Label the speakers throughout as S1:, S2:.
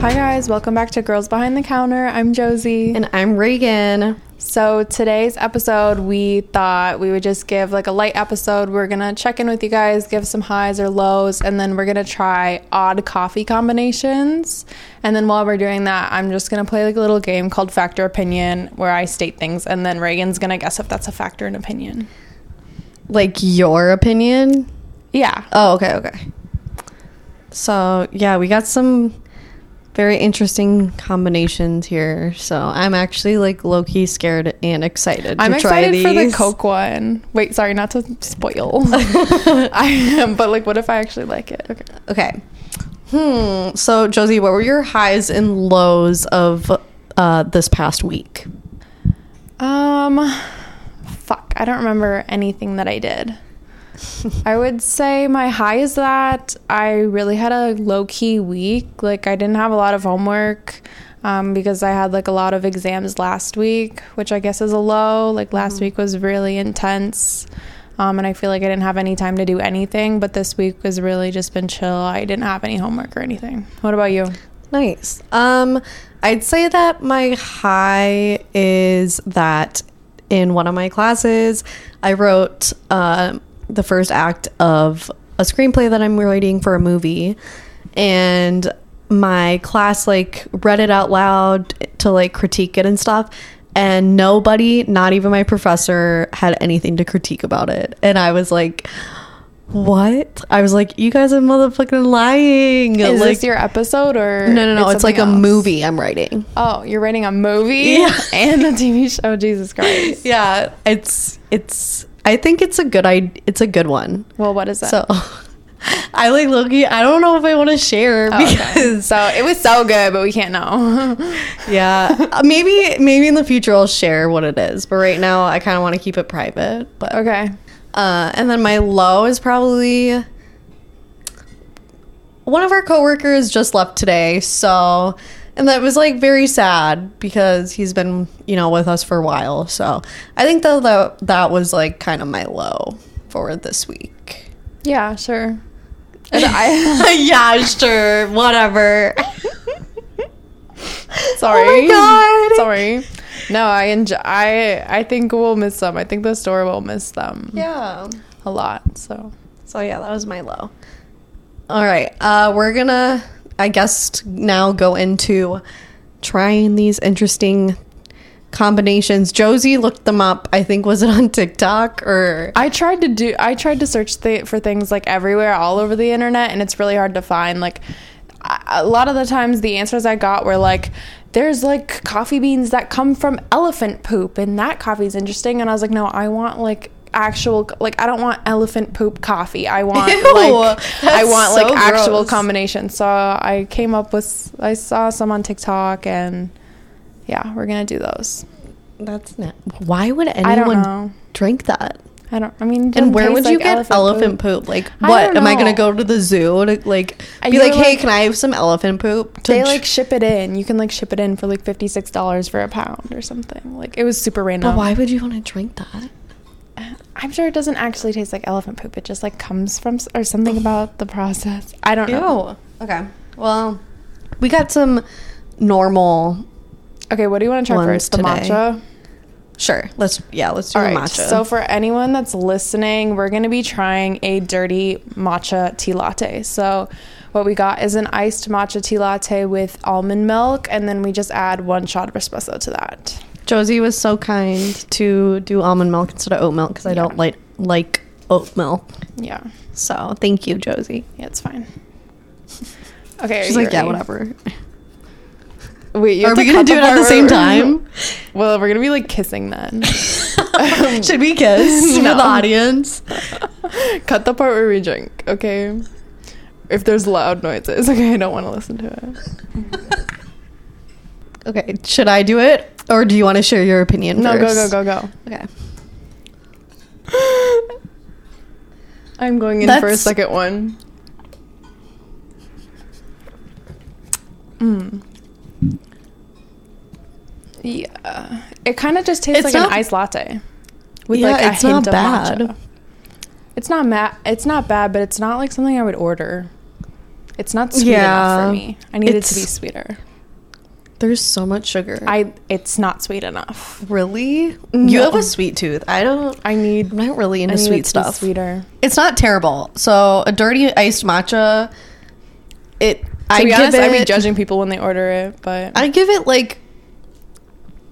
S1: Hi, guys. Welcome back to Girls Behind the Counter. I'm Josie.
S2: And I'm Reagan.
S1: So, today's episode, we thought we would just give like a light episode. We're going to check in with you guys, give some highs or lows, and then we're going to try odd coffee combinations. And then while we're doing that, I'm just going to play like a little game called Fact or Opinion where I state things, and then Reagan's going to guess if that's a fact or an opinion.
S2: Like your opinion?
S1: Yeah.
S2: Oh, okay, okay. So, yeah, we got some very interesting combinations here. So, I'm actually like low key scared and excited
S1: I'm
S2: to try
S1: excited
S2: these.
S1: for the Coke one. Wait, sorry, not to spoil. I am, but like, what if I actually like it? Okay.
S2: Okay. Hmm. So, Josie, what were your highs and lows of uh, this past week?
S1: Um, fuck, I don't remember anything that I did. I would say my high is that I really had a low key week. Like, I didn't have a lot of homework um, because I had like a lot of exams last week, which I guess is a low. Like, last
S2: Mm-hmm.
S1: week was really intense. Um, and I feel like I didn't have any time to do anything, but this week has really just been chill. I didn't have any homework or anything. What about you?
S2: Nice. Um, I'd say that my high is that in one of my classes, I wrote uh, the first act of a screenplay that I'm writing for a movie, and my class like read it out loud to like critique it and stuff. And nobody, not even my professor, had anything to critique about it. And I was like, "What?" I was like, "You guys are motherfucking lying!"
S1: Is
S2: like,
S1: this your episode or
S2: no, no, no. It's, like a
S1: something else?
S2: movie I'm writing.
S1: Oh, you're writing a movie
S2: Yeah.
S1: and a TV show. Jesus Christ.
S2: Yeah, it's it's. I think it's a good. I it's a good one.
S1: Well, what is that?
S2: So, I like Loki. I don't know if I want to share
S1: Oh, okay.
S2: because
S1: so it was so good, but we can't know.
S2: yeah, Uh, maybe maybe in the future I'll share what it is. But right now I kind of want to keep it private. But
S1: okay.
S2: Uh, and then my low is probably one of our coworkers just left today. So, and that was like very sad because he's been, you know, with us for a while. So I think that that, that was like kind of my low for this week.
S1: Yeah, sure.
S2: And I, yeah, sure, whatever.
S1: Sorry.
S2: Oh God.
S1: Sorry. No, I enjoy. I I think we'll miss them. I think the store will miss them
S2: Yeah.
S1: a lot. So
S2: So yeah, that was my low. All right, uh, we're gonna, I guess, now go into trying these interesting combinations. Josie looked them up. I think was it on TikTok or
S1: I tried to do. I tried to search th- for things like everywhere, all over the internet, and it's really hard to find. Like I- a lot of the times, the answers I got were like, "There's like coffee beans that come from elephant poop, and that coffee's interesting." And I was like, "No, I want like." actual like I don't want elephant poop coffee. I want
S2: Ew,
S1: like I
S2: that's
S1: want
S2: so
S1: like actual
S2: gross.
S1: combination. So I came up with I saw some on TikTok and yeah, we're going to do those.
S2: that's not. Why would
S1: I don't
S2: anyone
S1: know.
S2: drink that?
S1: I don't I mean it doesn't
S2: And where
S1: taste
S2: would
S1: like
S2: you get elephant,
S1: poop.
S2: poop? Like,
S1: I
S2: what
S1: don't
S2: am I gonna
S1: know.
S2: go to the zoo to like
S1: Uh,
S2: be
S1: you're
S2: like, hey,
S1: like-
S2: can I have some elephant poop? To
S1: they
S2: tr-
S1: like ship it in. You can like ship it in for like fifty six dollars for a pound or something. Like it was super random.
S2: but why would you want to drink that?
S1: I'm sure it doesn't actually taste like elephant poop. It just like comes from s- or something about the process. I don't know.
S2: Ew. Okay. Well, we got some normal.
S1: Okay, what do you want to try
S2: Ones
S1: first? The
S2: today.
S1: matcha.
S2: Sure. Let's yeah. Let's do
S1: All
S2: a
S1: right.
S2: matcha.
S1: So for anyone that's listening, we're going to be trying a dirty matcha tea latte. So what we got is an iced matcha tea latte with almond milk, and then we just add one shot of espresso to that.
S2: Josie was so kind to do almond milk instead of oat milk because I
S1: Yeah.
S2: don't like like oat milk.
S1: Yeah,
S2: So thank you, Josie.
S1: yeah, it's fine. Okay, are
S2: She's
S1: you
S2: like, yeah,
S1: ready?
S2: whatever.
S1: Wait, you
S2: Are
S1: have to
S2: we gonna
S1: cut
S2: do it at
S1: part
S2: the same
S1: where-
S2: time?
S1: well, we're gonna be like kissing then.
S2: Should we kiss for
S1: No.
S2: the audience?
S1: cut the part where we drink, okay? If there's loud noises, okay, I don't want to listen to it.
S2: Okay. Should I do it, or do you want to share your opinion?
S1: No, go,
S2: first?
S1: go, go, go.
S2: Okay.
S1: I'm going in for a
S2: That's-
S1: second one. Mm. Yeah, it kind of just tastes like
S2: It's not-
S1: an iced latte
S2: Yeah, it's not bad.
S1: It's not ma- It's not bad, but it's not like something I would order. It's not sweet enough
S2: Yeah.
S1: for me. I need it to be
S2: It's-
S1: sweeter.
S2: There's so much sugar.
S1: I it's not sweet enough.
S2: really. You
S1: No.
S2: have a sweet tooth. I don't.
S1: I need
S2: I'm not really
S1: I
S2: into
S1: need it
S2: sweet
S1: to be
S2: stuff.
S1: sweeter.
S2: It's not terrible. So a dirty iced matcha. It.
S1: To
S2: I
S1: be
S2: give
S1: honest,
S2: it.
S1: I'd be judging people when they order it, but
S2: I give it like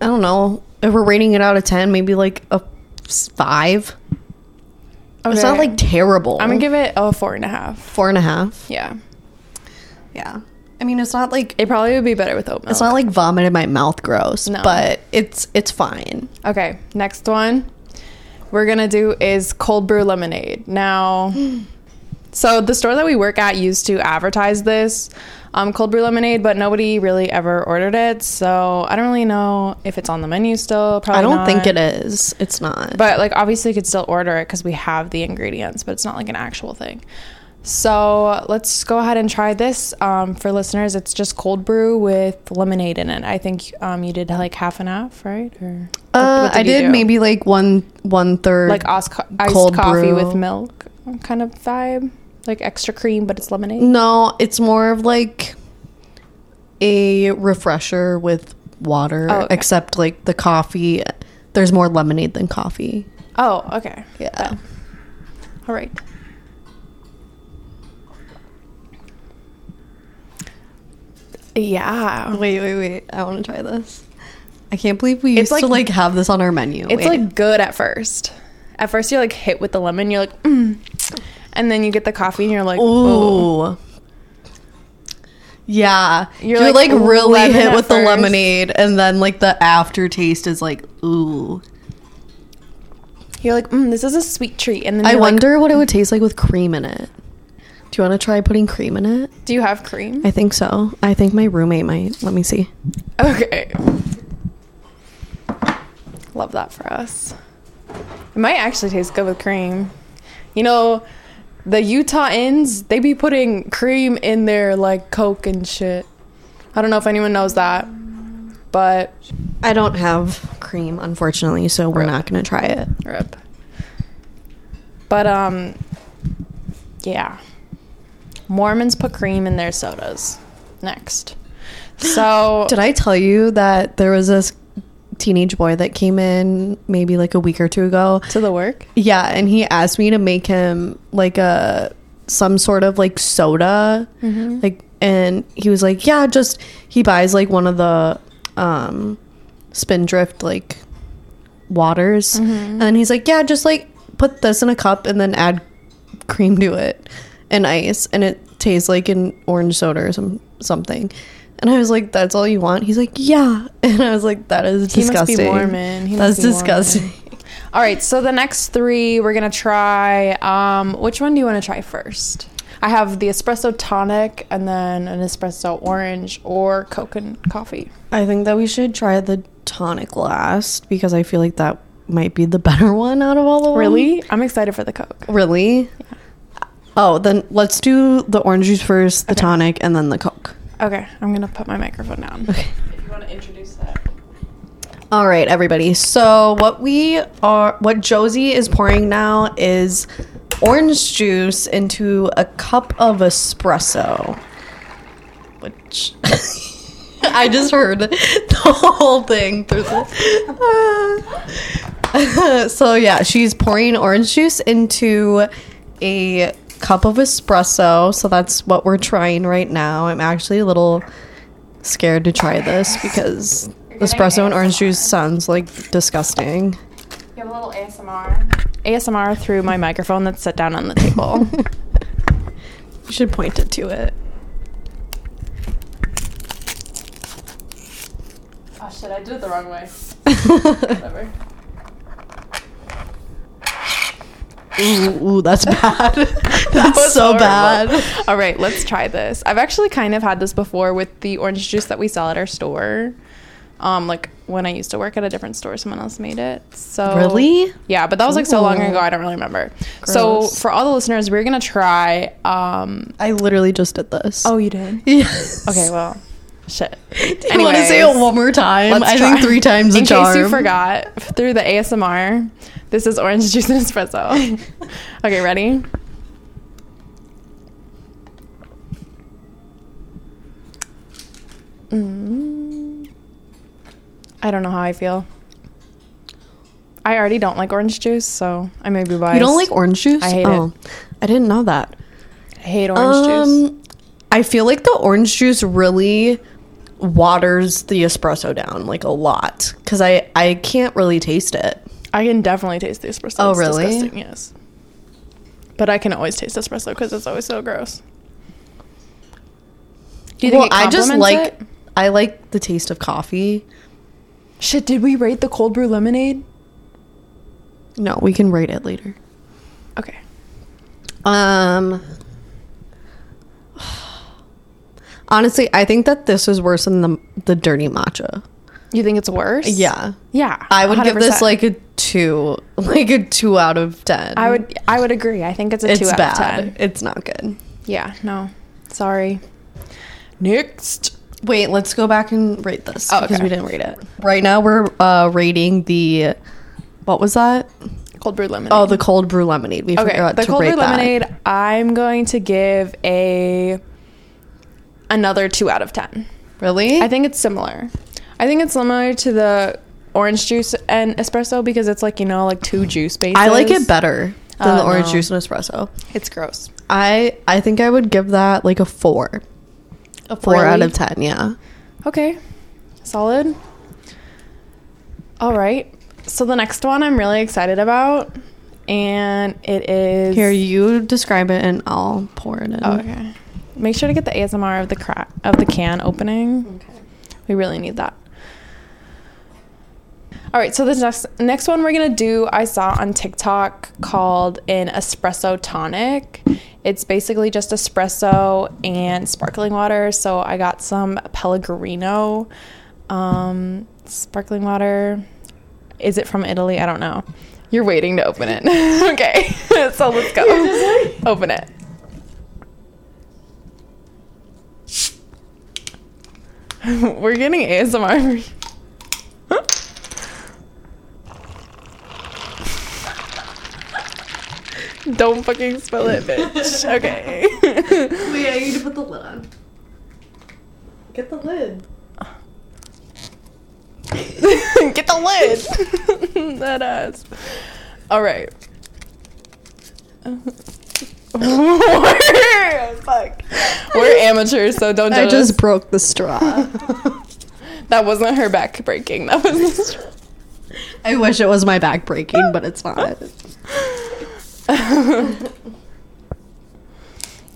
S2: I don't know. If we're rating it out of ten, maybe like a s- five. It's not
S1: Okay.
S2: like terrible.
S1: I'm gonna give it a four and a half.
S2: four and a half.
S1: Yeah,
S2: Yeah. I mean, it's not like
S1: it probably would be better with oat milk.
S2: it's not like vomit in my mouth. Gross.
S1: No.
S2: But it's it's fine.
S1: okay, next one we're gonna do is cold brew lemonade. Now, so the store that we work at used to advertise this um, cold brew lemonade, but nobody really ever ordered it. So I don't really know if it's on the menu still. Probably
S2: I don't think
S1: not.
S2: it is. It's not.
S1: But like obviously you could still order it because we have the ingredients, but it's not like an actual thing. So let's go ahead and try this. Um, for listeners, it's just cold brew with lemonade in it. I think um, you did like half and half, right? Or
S2: uh,
S1: what
S2: I
S1: you
S2: did
S1: do?
S2: maybe like one one third.
S1: like os- co- iced
S2: cold
S1: coffee
S2: brew.
S1: with milk kind of vibe, like extra cream, but it's lemonade.
S2: no, it's more of like a refresher with water.
S1: Oh, okay.
S2: Except like the coffee. There's more lemonade than coffee.
S1: Oh, okay.
S2: Yeah.
S1: All right. Yeah.
S2: Wait, wait, wait. I want to try this. I can't believe we
S1: It's
S2: used to
S1: like-
S2: like have this on our menu.
S1: It's like good at first. At first, you're like hit with the lemon. You're like, mm. and then you get the coffee, and you're like, oh.
S2: ooh. Yeah.
S1: You're,
S2: You're,
S1: like,
S2: like, really
S1: lemon
S2: hit
S1: at
S2: with the
S1: first.
S2: lemonade and then like the aftertaste is like ooh.
S1: You're like, mm, this is a sweet treat. And then
S2: I
S1: you're like,
S2: wonder what it would taste like with cream in it. Do you want to try putting cream in it?
S1: do you have cream?
S2: I think so. I think my roommate might. Let me see.
S1: Okay. Love that for us. It might actually taste good with cream. You know, the Utah Inns, they be putting cream in their like Coke and shit. I don't know if anyone knows that, but
S2: I don't have cream unfortunately, so we're
S1: Rip.
S2: not going to try it.
S1: Rip. But um, yeah. Mormons put cream in their sodas. Next. So
S2: Did I tell you that there was this teenage boy that came in maybe like a week or two ago?
S1: to the work.
S2: Yeah, and he asked me to make him like a some sort of like soda.
S1: Mm-hmm.
S2: Like and he was like, "Yeah, just he buys like one of the um spindrift like waters."
S1: Mm-hmm.
S2: And then he's like, "Yeah, just like put this in a cup and then add cream to it and ice and it tastes like an orange soda or some something." And I was like, "That's all you want?" He's like, "Yeah." And I was like, "That is
S1: He must be
S2: disgusting."
S1: Mormon. He
S2: That's
S1: must be Mormon.
S2: disgusting.
S1: All right. So the next three we're gonna try. Um, which one do you want to try first? I have the espresso tonic and then an espresso orange or Coke and coffee.
S2: I think that we should try the tonic last because I feel like that might be the better one out of all the
S1: Really? I'm excited for the Coke.
S2: ones. Really? Oh, then let's do the orange juice first, the tonic, and then the Coke.
S1: Okay. I'm gonna put my microphone down. Okay. If you want to introduce that.
S2: All right, everybody. So what we are, what Josie is pouring now is orange juice into a cup of espresso, which I just heard the whole thing through the. so yeah, she's pouring orange juice into a cup of espresso. So that's what we're trying right now. I'm actually a little scared to try this because espresso and orange juice sounds like disgusting.
S1: You have a little ASMR. ASMR through my microphone that's set down on the table.
S2: You should point it to it.
S1: oh shit, I did it the wrong way. Whatever.
S2: Ooh, ooh that's bad. that's so bad.
S1: All right, let's try this. I've actually kind of had this before with the orange juice that we sell at our store. Um, like when I used to work at a different store, someone else made it. So
S2: Really?
S1: yeah, but that was like so long
S2: Ooh.
S1: ago, I don't really remember. So
S2: Gross.
S1: for all the listeners, we're gonna try. Um,
S2: I literally just did this.
S1: Oh, you did?
S2: yes.
S1: Okay, well, shit.
S2: Do you want to say it
S1: Anyways.
S2: one more time?
S1: Let's
S2: I
S1: try.
S2: think three times a
S1: In
S2: charm.
S1: case you forgot, through the ASMR, this is orange juice and espresso. okay, ready? Mm, I don't know how I feel. I already don't like orange juice, so I may be biased.
S2: You don't like orange juice? Oh.
S1: I hate it.
S2: I didn't know that.
S1: I hate orange
S2: Um,
S1: juice.
S2: I feel like the orange juice really waters the espresso down like a lot because I I can't really taste it.
S1: I can definitely taste the espresso.
S2: Oh,
S1: It's
S2: really?
S1: disgusting, yes. But I can always taste espresso because it's always so gross. Do you think it
S2: I just
S1: complements
S2: like
S1: it?
S2: I like the taste of coffee.
S1: Shit, did we rate the cold brew lemonade?
S2: No, we can rate it later.
S1: Okay.
S2: Um Honestly, I think that this is worse than the the dirty matcha.
S1: You think it's worse?
S2: Yeah.
S1: Yeah.
S2: I would give this
S1: 100%.
S2: like a 2, like a 2 out of 10.
S1: I would I would agree. I think it's a
S2: it's
S1: two out
S2: bad.
S1: of ten.
S2: It's not good.
S1: Yeah, no. Sorry. Next.
S2: Wait, let's go back and rate this
S1: Oh,
S2: because
S1: okay.
S2: we didn't rate it. Right now, we're uh, rating the what was that?
S1: Cold brew lemonade.
S2: Oh, the cold brew lemonade. We
S1: okay.
S2: forgot
S1: The
S2: to
S1: cold
S2: rate
S1: brew
S2: that.
S1: lemonade, I'm going to give a another two out of ten.
S2: Really?
S1: I think it's similar. I think it's similar to the orange juice and espresso because it's like, you know, like two juice bases.
S2: I like it better than
S1: Oh,
S2: the orange
S1: no.
S2: juice and espresso.
S1: It's gross.
S2: I I think I would give that like a four,
S1: A
S2: four out of ten. Yeah.
S1: Okay. Solid. All right. So the next one I'm really excited about and it is
S2: Here, you describe it, and I'll pour it in.
S1: Oh, okay. Make sure to get the ASMR of the crack of the can opening.
S2: Okay.
S1: We really need that. All right, so this next next one we're gonna do I saw on TikTok called an espresso tonic. It's basically just espresso and sparkling water. So I got some Pellegrino um, sparkling water. Is it from Italy? I don't know. You're waiting to open it. okay, so let's go. open it. We're getting ASMR. Don't fucking spill it, bitch. Okay.
S2: Wait, I Oh, need to put the lid on. Get the lid.
S1: Get the lid. that ass. All right. We're, fuck. We're amateurs, so don't judge
S2: I
S1: us.
S2: just broke the straw.
S1: That wasn't her back breaking. That was.
S2: I wish it was my back breaking, but it's not.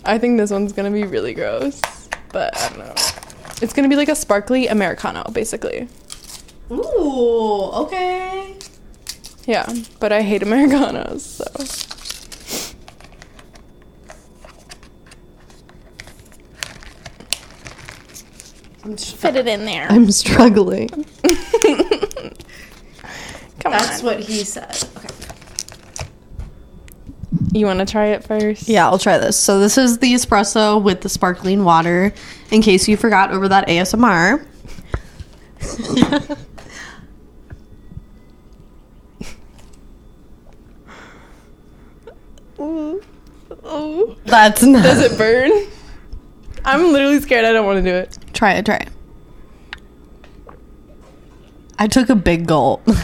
S1: I think this one's gonna be really gross, but I don't know. It's gonna be like a sparkly Americano, basically.
S2: Ooh, okay.
S1: Yeah, but I hate Americanos, so.
S2: I'm,
S1: Fit it in there.
S2: struggling.
S1: Come on.
S2: what he said. Okay.
S1: You wanna try it first?
S2: Yeah, I'll try this. So this is the espresso with the sparkling water. In case you forgot over that ASMR.
S1: Oh.
S2: That's not.
S1: Does it burn? I'm literally scared. I don't wanna do it.
S2: Try it. Try it. I took a big gulp.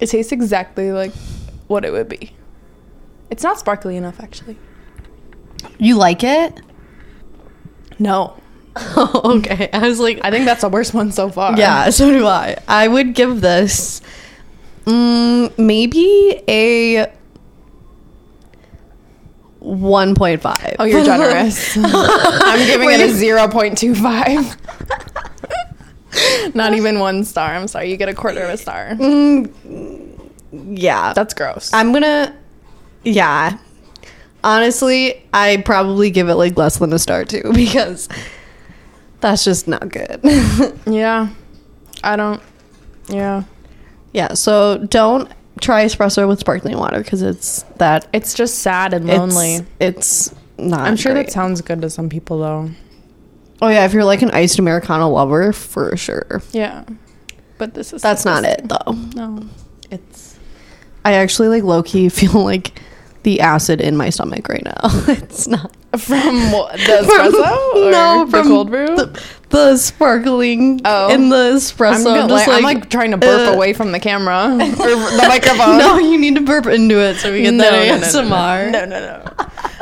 S1: It tastes exactly like what it would be. It's not sparkly enough, actually.
S2: You like it?
S1: No.
S2: Oh, okay. I was like,
S1: I think that's the worst one so far.
S2: Yeah, so do I. I would give this mm, maybe a 1.5.
S1: Oh, you're generous. I'm giving it a
S2: Wait.
S1: 0.25. Not even one star. I'm sorry. You get a quarter of a star.
S2: Mm, yeah.
S1: That's gross.
S2: I'm going to yeah. Honestly, I probably give it like less than a star too because that's just not good.
S1: yeah. I don't. Yeah.
S2: yeah, so don't try espresso with sparkling water cuz it's that
S1: It's just sad and
S2: it's-
S1: lonely.
S2: It's, not
S1: I'm sure
S2: great.
S1: that sounds good to some people, though.
S2: Oh yeah, if you're like an iced americano lover, for sure.
S1: Yeah. But this is.
S2: That's not it though.
S1: No.
S2: It's I actually like low key feel like the acid in my stomach right now. it's not
S1: From what, the espresso? or the cold brew?
S2: The, the sparkling
S1: Oh.
S2: in the espresso.
S1: I'm, gonna,
S2: just
S1: like, I'm like trying to burp
S2: uh,
S1: away from the camera or the microphone.
S2: No, you need to burp into it so we get that ASMR.
S1: No, no, no. no.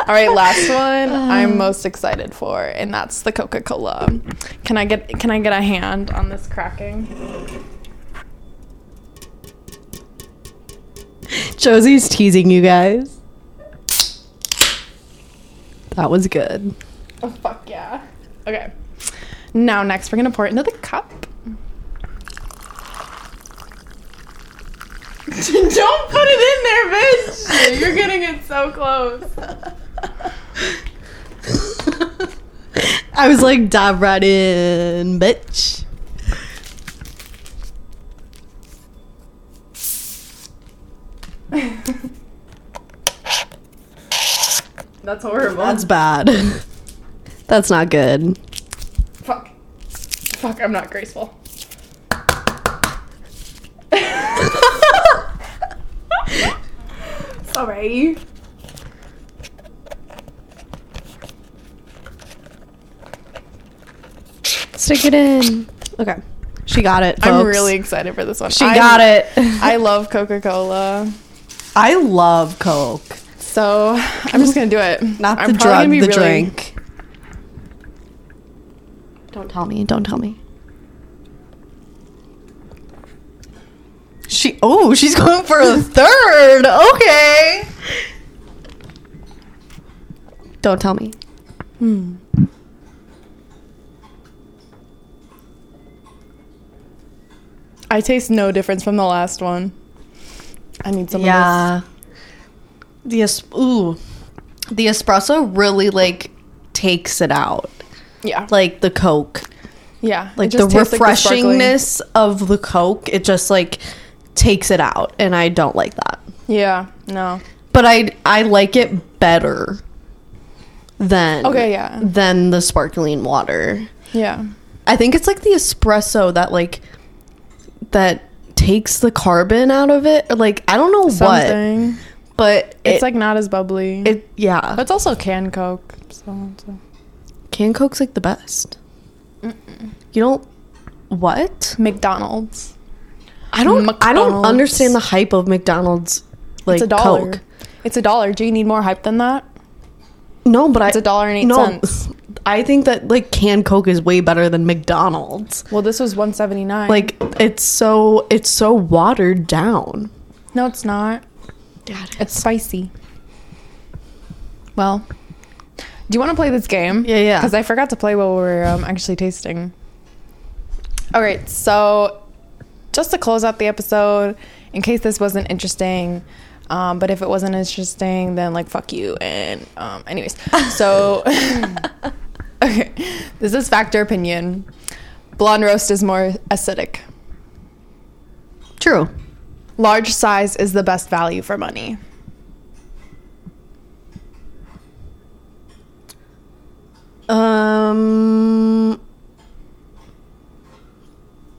S1: All right, last one I'm most excited for, and that's the Coca Cola. Can I get Can I get a hand on this cracking?
S2: Josie's teasing you guys. That was good.
S1: Oh fuck yeah! Okay. Now next, we're gonna pour it into the cup. Don't put it in there, bitch! You're getting it so close.
S2: I was like, dive right in, bitch.
S1: That's horrible.
S2: That's bad. That's not good.
S1: Fuck. Fuck, I'm not graceful. Sorry.
S2: Stick it in. Okay. She got it. Folks.
S1: I'm really excited for this one.
S2: She
S1: I'm-
S2: got it.
S1: I love Coca Cola.
S2: I love Coke.
S1: So I'm just gonna do it.
S2: Not
S1: I'm probably
S2: the drug,
S1: gonna
S2: the
S1: be really-
S2: drink. Don't tell me. Don't tell me. She oh, she's going for a third. Okay. Don't tell me.
S1: I taste no difference from the last one. I need some of
S2: yeah. The es- ooh, the espresso really like takes it out.
S1: this. Yeah.
S2: Like the Coke.
S1: yeah. it
S2: like the
S1: just tastes like sparkling.
S2: refreshingness of the coke it just like takes it out and i don't like that
S1: yeah. No.
S2: but i i like it better than
S1: Okay, yeah.
S2: than the sparkling water
S1: Yeah.
S2: i think it's like the espresso that like that takes the carbon out of it or like i don't know
S1: Something.
S2: what but
S1: It's
S2: it,
S1: like not as bubbly.
S2: it yeah
S1: But it's also canned Coke. So, so.
S2: can coke's like the best you don't what
S1: McDonald's.
S2: i don't i don't
S1: McDonald's.
S2: understand the hype of mcdonald's like
S1: it's a dollar.
S2: coke
S1: It's a dollar. Do you need more hype than that?
S2: No, but
S1: It's
S2: I
S1: a dollar and eight cents.
S2: I think that like canned Coke is way better than McDonald's.
S1: Well, this was one seventy nine.
S2: Like it's so it's so watered down.
S1: no, it's not.
S2: Yeah,
S1: It's spicy. Well, do you want to play this game?
S2: Yeah, yeah.
S1: Because I forgot to play while we were um, actually tasting. All right, so just to close out the episode, in case this wasn't interesting, um, but if it wasn't interesting, then like fuck you. And um, anyways, so okay, this is fact or opinion. Blonde roast is more acidic.
S2: True.
S1: Large size is the best value for money.
S2: Um.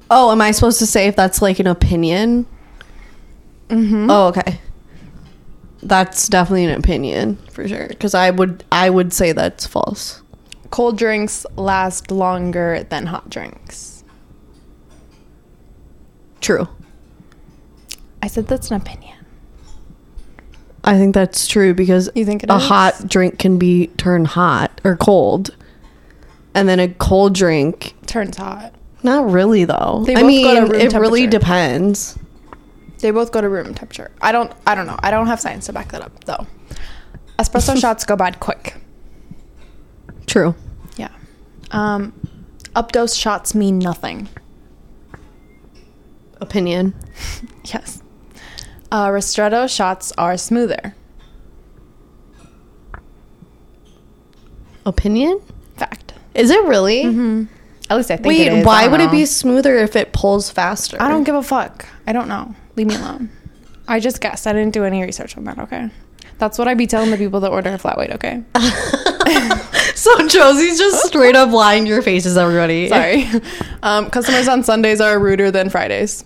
S2: Oh, am I supposed to say if that's like an opinion? Mm-hmm. Oh, okay. That's definitely an opinion for sure. Because I would I would say that's false.
S1: cold drinks last longer than hot drinks.
S2: True.
S1: I said that's an opinion.
S2: I think that's true because
S1: You think it
S2: a
S1: is?
S2: hot drink can be turned hot or cold, and then a cold drink,
S1: Turns hot.
S2: not really though.
S1: They
S2: I
S1: both go to
S2: mean,
S1: room
S2: it really
S1: temperature.
S2: depends.
S1: They both go to room temperature. I don't I don't know. I don't have science to back that up though. Espresso shots go bad quick.
S2: True.
S1: Yeah. Um updose shots mean nothing.
S2: Opinion.
S1: Yes. Uh, ristretto shots are smoother.
S2: Opinion.
S1: Fact.
S2: Is it really?
S1: At least Mm-hmm. I think it
S2: Wait,
S1: is. I
S2: why
S1: don't
S2: would it
S1: know.
S2: be smoother if it pulls faster?
S1: I don't give a fuck. I don't know. Leave me alone. I just guessed. I didn't do any research on that, okay? That's what I be telling the people that order a flat white, okay?
S2: So Josie's just straight up lying to your faces, everybody.
S1: Sorry. Um, customers on Sundays are ruder than Fridays.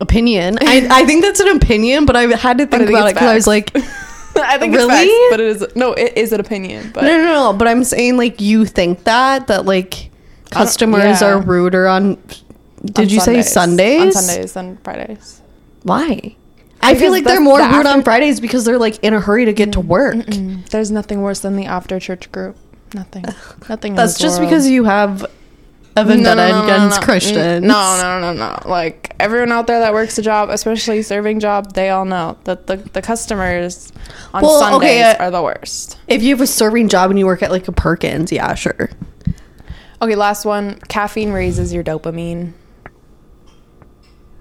S2: opinion. I, I think that's an opinion, but I had to think
S1: think
S2: about it
S1: it's
S2: because I was like, no,
S1: I think
S2: Really?
S1: it's facts, but it is no, it is an opinion. But
S2: no, no, no. But I'm saying like you think that that like customers
S1: yeah.
S2: are ruder on. Did
S1: on
S2: you say Sundays?
S1: On Sundays and Fridays.
S2: Why? I
S1: Because
S2: feel like
S1: the-
S2: they're more
S1: the
S2: rude on
S1: after-
S2: Fridays because they're like in a hurry to get to work.
S1: Mm, There's nothing worse than the after church group. Nothing. Nothing. in
S2: That's
S1: this
S2: just
S1: world.
S2: because you have a
S1: No,
S2: vendetta
S1: no, no, no,
S2: against
S1: no. Mm,
S2: Christians.
S1: No, no, no, no, no. Like everyone out there that works a job, especially serving job, they all know that the, the customers on
S2: Well,
S1: Sundays
S2: okay, uh,
S1: are the worst.
S2: If you have a serving job and you work at like a Perkins, yeah, sure.
S1: Okay, last one. Caffeine raises your dopamine.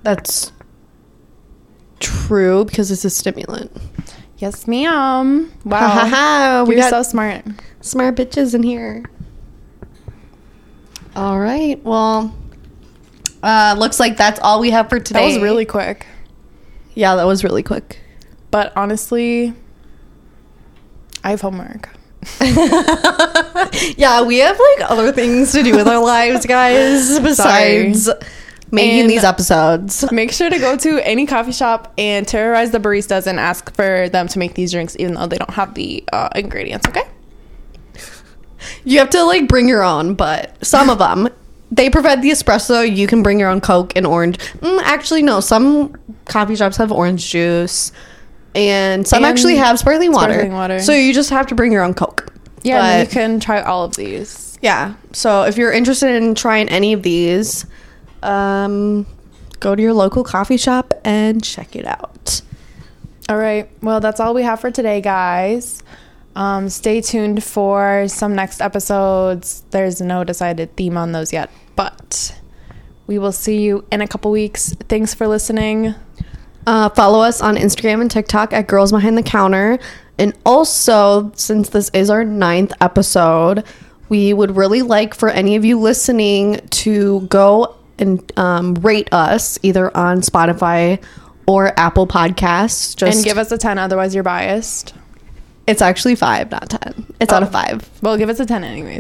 S2: That's true because it's a stimulant.
S1: Yes, ma'am.
S2: Ha ha
S1: Wow.
S2: ha. We
S1: You're
S2: got
S1: so smart.
S2: smart bitches in here. All right. Well, uh, looks like that's all we have for
S1: That
S2: today.
S1: was really quick.
S2: yeah. That was really quick.
S1: But honestly, I have homework.
S2: Yeah, we have like other things to do with our lives, guys. Besides making
S1: And-
S2: these episodes.
S1: Make sure to go to any coffee shop and terrorize the baristas and ask for them to make these drinks, even though they don't have the uh, ingredients. Okay.
S2: You have to like bring your own, but some of them they provide the espresso. You can bring your own Coke and orange. Mm, actually, no. Some coffee shops have orange juice, and some
S1: And
S2: actually have sparkling water.
S1: sparkling water.
S2: So you just have to bring your own Coke.
S1: Yeah, and then you
S2: But-
S1: can try all of these.
S2: yeah. So if you're interested in trying any of these, um, go to your local coffee shop and check it out.
S1: All right. Well, that's all we have for today, guys. Um, stay tuned for some next episodes. There's no decided theme on those yet, but we will see you in a couple weeks. Thanks for listening.
S2: Uh, follow us on Instagram and TikTok at Girls Behind the Counter. And also, since this is our ninth episode, we would really like for any of you listening to go and um, rate us either on Spotify or Apple Podcasts. Just
S1: And give us a 10, otherwise, you're biased.
S2: it's actually five, not ten. It's out of
S1: Oh.
S2: five.
S1: Well, give us a 10 anyways.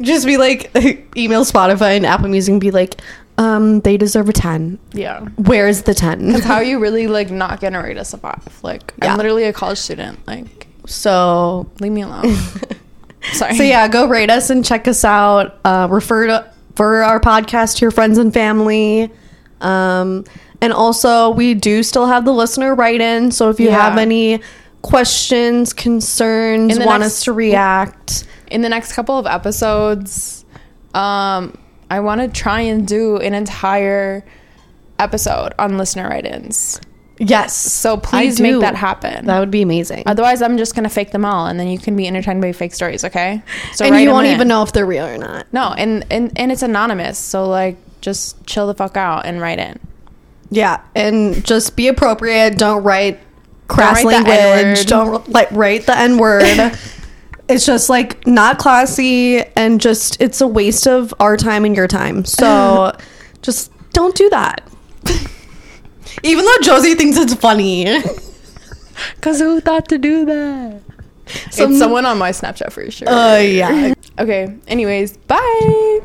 S2: Just be like, email Spotify and Apple Music and be like, um, they deserve a ten.
S1: yeah.
S2: Where is the ten?
S1: That's how you really like not gonna rate us a five. Like
S2: Yeah.
S1: I'm literally a college student. Like
S2: So
S1: leave me alone. Sorry.
S2: So yeah, go rate us and check us out. Uh, refer to for our podcast to your friends and family. Um, and also, we do still have the listener write in. So if you
S1: Yeah.
S2: have any questions, concerns,
S1: In the
S2: want
S1: next-
S2: us to react,
S1: in the next couple of episodes um i want to try and do an entire episode on listener write-ins
S2: yes.
S1: so please
S2: I
S1: make
S2: do.
S1: that happen
S2: That would be amazing.
S1: otherwise i'm just gonna fake them all and then you can be entertained by fake stories okay so
S2: and
S1: write
S2: you
S1: 'em
S2: won't
S1: in.
S2: even know if they're real or not.
S1: no and, and and it's anonymous so like just chill the fuck out and write in
S2: Yeah, and just be appropriate. Don't write crass
S1: Don't write the
S2: language.
S1: N-word.
S2: Don't like write the N word. it's just like not classy, and just it's a waste of our time and your time. So just don't do that. Even though Josie thinks it's funny,
S1: because who thought to do that
S2: Some-
S1: it's someone on my snapchat for sure
S2: uh, yeah.
S1: okay anyways bye